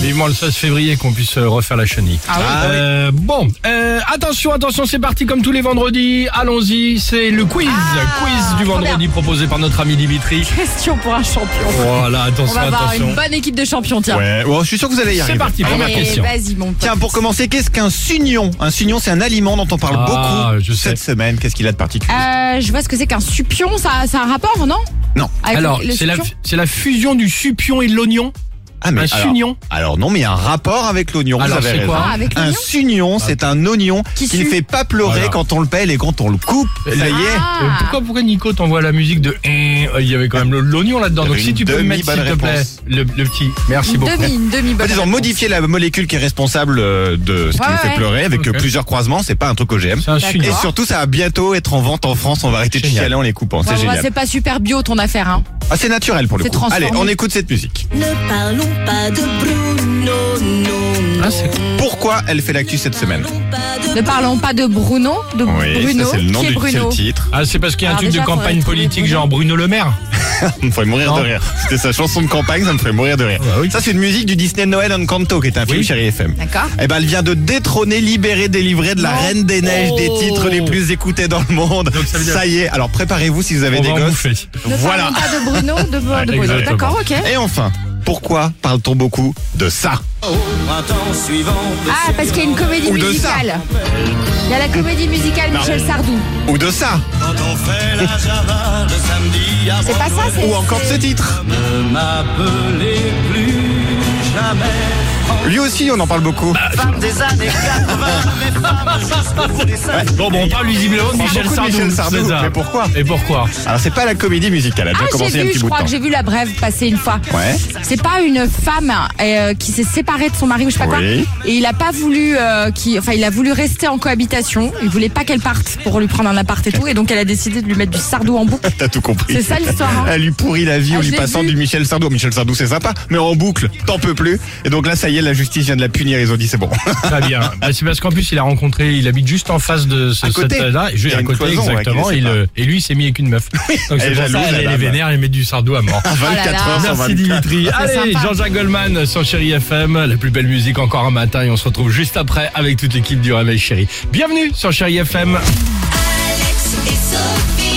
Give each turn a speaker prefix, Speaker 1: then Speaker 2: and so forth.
Speaker 1: vivement le 16 février qu'on puisse euh, refaire la chenille.
Speaker 2: Ah oui, bah oui.
Speaker 1: Euh, bon, euh, attention, attention, c'est parti comme tous les vendredis. Allons-y, c'est le quiz,
Speaker 2: Ah,
Speaker 1: quiz du
Speaker 2: trop
Speaker 1: vendredi proposé par notre ami Dimitri.
Speaker 2: Question pour un champion.
Speaker 1: Voilà,
Speaker 2: On
Speaker 1: attention,
Speaker 2: va avoir
Speaker 1: attention.
Speaker 2: une bonne équipe de champions, tiens.
Speaker 3: Ouais, bon, je suis sûr que vous allez y
Speaker 1: Ah. C'est
Speaker 3: arriver.
Speaker 1: parti, première
Speaker 2: Allez,
Speaker 1: question.
Speaker 2: vas-y, mon pote.
Speaker 3: Tiens, pour commencer, qu'est-ce qu'un sugnon Un sugnon, c'est un aliment dont on parle
Speaker 1: Ah,
Speaker 3: beaucoup
Speaker 1: je sais.
Speaker 3: cette semaine. Qu'est-ce qu'il a de particulier
Speaker 2: Euh, je vois ce que c'est qu'un supion, ça, ça a un rapport, non
Speaker 3: Non.
Speaker 2: Avec
Speaker 1: Alors,
Speaker 2: le
Speaker 1: c'est la,
Speaker 2: supion
Speaker 1: c'est la fusion du supion et de l'oignon.
Speaker 3: Ah,
Speaker 1: Un
Speaker 3: alors-
Speaker 1: sugnon.
Speaker 3: Alors non, mais il y a un rapport avec l'oignon. vous
Speaker 1: Alors,
Speaker 3: avez
Speaker 1: c'est
Speaker 3: raison.
Speaker 1: quoi
Speaker 2: Ah, avec
Speaker 3: Un
Speaker 2: l'oignon
Speaker 3: sugnon, c'est un oignon
Speaker 2: Qui
Speaker 3: qui,
Speaker 2: sue.
Speaker 3: ne fait pas pleurer
Speaker 1: Voilà.
Speaker 3: quand on le pèle et quand on le coupe. Ça y est.
Speaker 1: Euh,
Speaker 2: Ah.
Speaker 1: Pourquoi, pourquoi Nico t'envoie la musique de Eh Il y avait quand même le- l'oignon là-dedans.
Speaker 3: Il y
Speaker 1: Donc
Speaker 3: avait
Speaker 1: si
Speaker 3: une
Speaker 1: tu peux me mettre, s'il
Speaker 3: demi-bonne
Speaker 1: te plaît,
Speaker 3: réponse.
Speaker 1: le, le petit. Merci
Speaker 2: Une
Speaker 1: beaucoup.
Speaker 2: demi, une demi bonne.
Speaker 3: Disons, modifier la molécule qui est responsable euh, de ce qui
Speaker 2: Ouais,
Speaker 3: nous fait
Speaker 2: ouais.
Speaker 3: pleurer avec euh,
Speaker 1: Ok.
Speaker 3: plusieurs croisements, c'est pas un truc OGM.
Speaker 1: C'est un
Speaker 2: D'accord.
Speaker 1: sugnon.
Speaker 3: Et surtout, ça va bientôt être en vente en France. On va arrêter de
Speaker 1: Génial.
Speaker 3: chialer en les coupant.
Speaker 2: Bah,
Speaker 3: C'est génial.
Speaker 2: c'est pas super bio ton affaire, hein.
Speaker 3: Ah, c'est naturel pour le
Speaker 2: C'est
Speaker 3: coup.
Speaker 2: transformé.
Speaker 3: Allez, on écoute cette musique.
Speaker 4: Ne parlons pas de Bruno, non, non.
Speaker 1: Ah, c'est-
Speaker 3: Pourquoi elle fait l'actu cette semaine
Speaker 2: Ne parlons pas de Bruno, de
Speaker 3: Oui,
Speaker 2: Bruno,
Speaker 3: ça c'est le nom
Speaker 2: qui est
Speaker 3: du c'est
Speaker 2: Bruno.
Speaker 3: le titre.
Speaker 1: Ah, c'est parce qu'il y a un
Speaker 2: Alors
Speaker 1: truc
Speaker 2: déjà,
Speaker 1: de
Speaker 2: faudrait
Speaker 1: campagne
Speaker 2: trouver
Speaker 1: politique,
Speaker 2: Bruno.
Speaker 1: genre Bruno Le Maire.
Speaker 3: Il me ferait mourir
Speaker 1: Non.
Speaker 3: de rire. C'était sa chanson de campagne, ça me ferait mourir de rire.
Speaker 1: Ah bah oui.
Speaker 3: Ça c'est une musique du Disney Noël Encanto qui est un film
Speaker 1: Oui.
Speaker 3: chéri FM.
Speaker 2: D'accord.
Speaker 3: Eh ben, elle vient de détrôner, libérer, délivrer de la
Speaker 2: Non.
Speaker 3: Reine des Neiges, des
Speaker 1: Oh.
Speaker 3: titres les plus écoutés dans le monde.
Speaker 1: Donc, ça veut dire-
Speaker 3: y est, alors préparez-vous si vous avez
Speaker 1: On
Speaker 3: des
Speaker 1: va en
Speaker 3: gosses.
Speaker 1: bouffer.
Speaker 2: Ne
Speaker 3: Voilà.
Speaker 2: parlons pas de Bruno, de, de
Speaker 1: Ouais,
Speaker 2: Bruno.
Speaker 1: exactement.
Speaker 2: D'accord, ok.
Speaker 3: Et enfin, pourquoi parle-t-on beaucoup de ça
Speaker 2: Ah, parce qu'il y a une comédie
Speaker 3: Ou de
Speaker 2: musicale. Il y a la comédie musicale Michel Sardou.
Speaker 3: Ou de ça
Speaker 2: C'est pas ça, c'est.
Speaker 3: Ou encore de ce titre Lui aussi, on en parle
Speaker 1: Bah,
Speaker 3: beaucoup.
Speaker 1: Bon, bon, on parle visiblement de
Speaker 3: On parle
Speaker 1: Michel
Speaker 3: beaucoup de
Speaker 1: Sardou.
Speaker 3: Michel Sardou,
Speaker 1: c'est ça.
Speaker 3: mais pourquoi
Speaker 1: Et pourquoi
Speaker 3: Alors, c'est pas la comédie musicale, elle a
Speaker 2: Ah,
Speaker 3: déjà
Speaker 2: j'ai
Speaker 3: commencé il y a un
Speaker 2: vu,
Speaker 3: petit
Speaker 2: je
Speaker 3: bout de
Speaker 2: crois
Speaker 3: temps.
Speaker 2: que j'ai vu la brève passer une fois.
Speaker 3: Ouais.
Speaker 2: C'est pas une femme euh, qui s'est séparée de son mari ou je sais pas quoi.
Speaker 3: Oui.
Speaker 2: Et il a pas voulu, euh, qui, enfin, il a voulu rester en cohabitation. Il voulait pas qu'elle parte pour lui prendre un appart et tout. Et donc, elle a décidé de lui mettre du sardou en boucle.
Speaker 3: T'as tout compris.
Speaker 2: C'est ça, l'histoire, hein.
Speaker 3: Elle lui pourrit la vie
Speaker 2: Ah,
Speaker 3: en
Speaker 2: je
Speaker 3: lui
Speaker 2: l'ai
Speaker 3: passant
Speaker 2: vu.
Speaker 3: du Michel Sardou. Michel Sardou, c'est sympa, mais en boucle, t'en peux plus. Et donc là, ça y est, la justice vient de la punir. Ils ont dit, c'est bon.
Speaker 2: Oh
Speaker 1: Très bien. Bah, c'est parce qu'en plus, il a rencontré, il habite juste en face de ce,
Speaker 3: À côté.
Speaker 1: cette euh, là,
Speaker 3: Il y a
Speaker 1: à
Speaker 3: une
Speaker 1: côté
Speaker 3: cloison, ouais,
Speaker 1: exactement.
Speaker 3: qui les
Speaker 1: il,
Speaker 3: sépare.
Speaker 1: euh, et lui, il s'est mis avec une meuf. Donc
Speaker 3: Elle
Speaker 1: c'est
Speaker 3: est
Speaker 1: pour ça,
Speaker 3: jalouse,
Speaker 1: elle,
Speaker 3: la
Speaker 1: elle est
Speaker 3: dame.
Speaker 1: vénère, elle met du sardou à mort.
Speaker 3: 24
Speaker 2: là.
Speaker 3: heures sur
Speaker 1: Merci
Speaker 3: 24.
Speaker 1: Dimitri. Allez,
Speaker 2: sympa.
Speaker 1: Jean-Jacques Goldman sur Chéri FM, la plus belle musique encore un matin et on se retrouve juste après avec toute l'équipe du Réveil Chéri. Bienvenue sur Chéri FM.
Speaker 4: Alex et Sophie.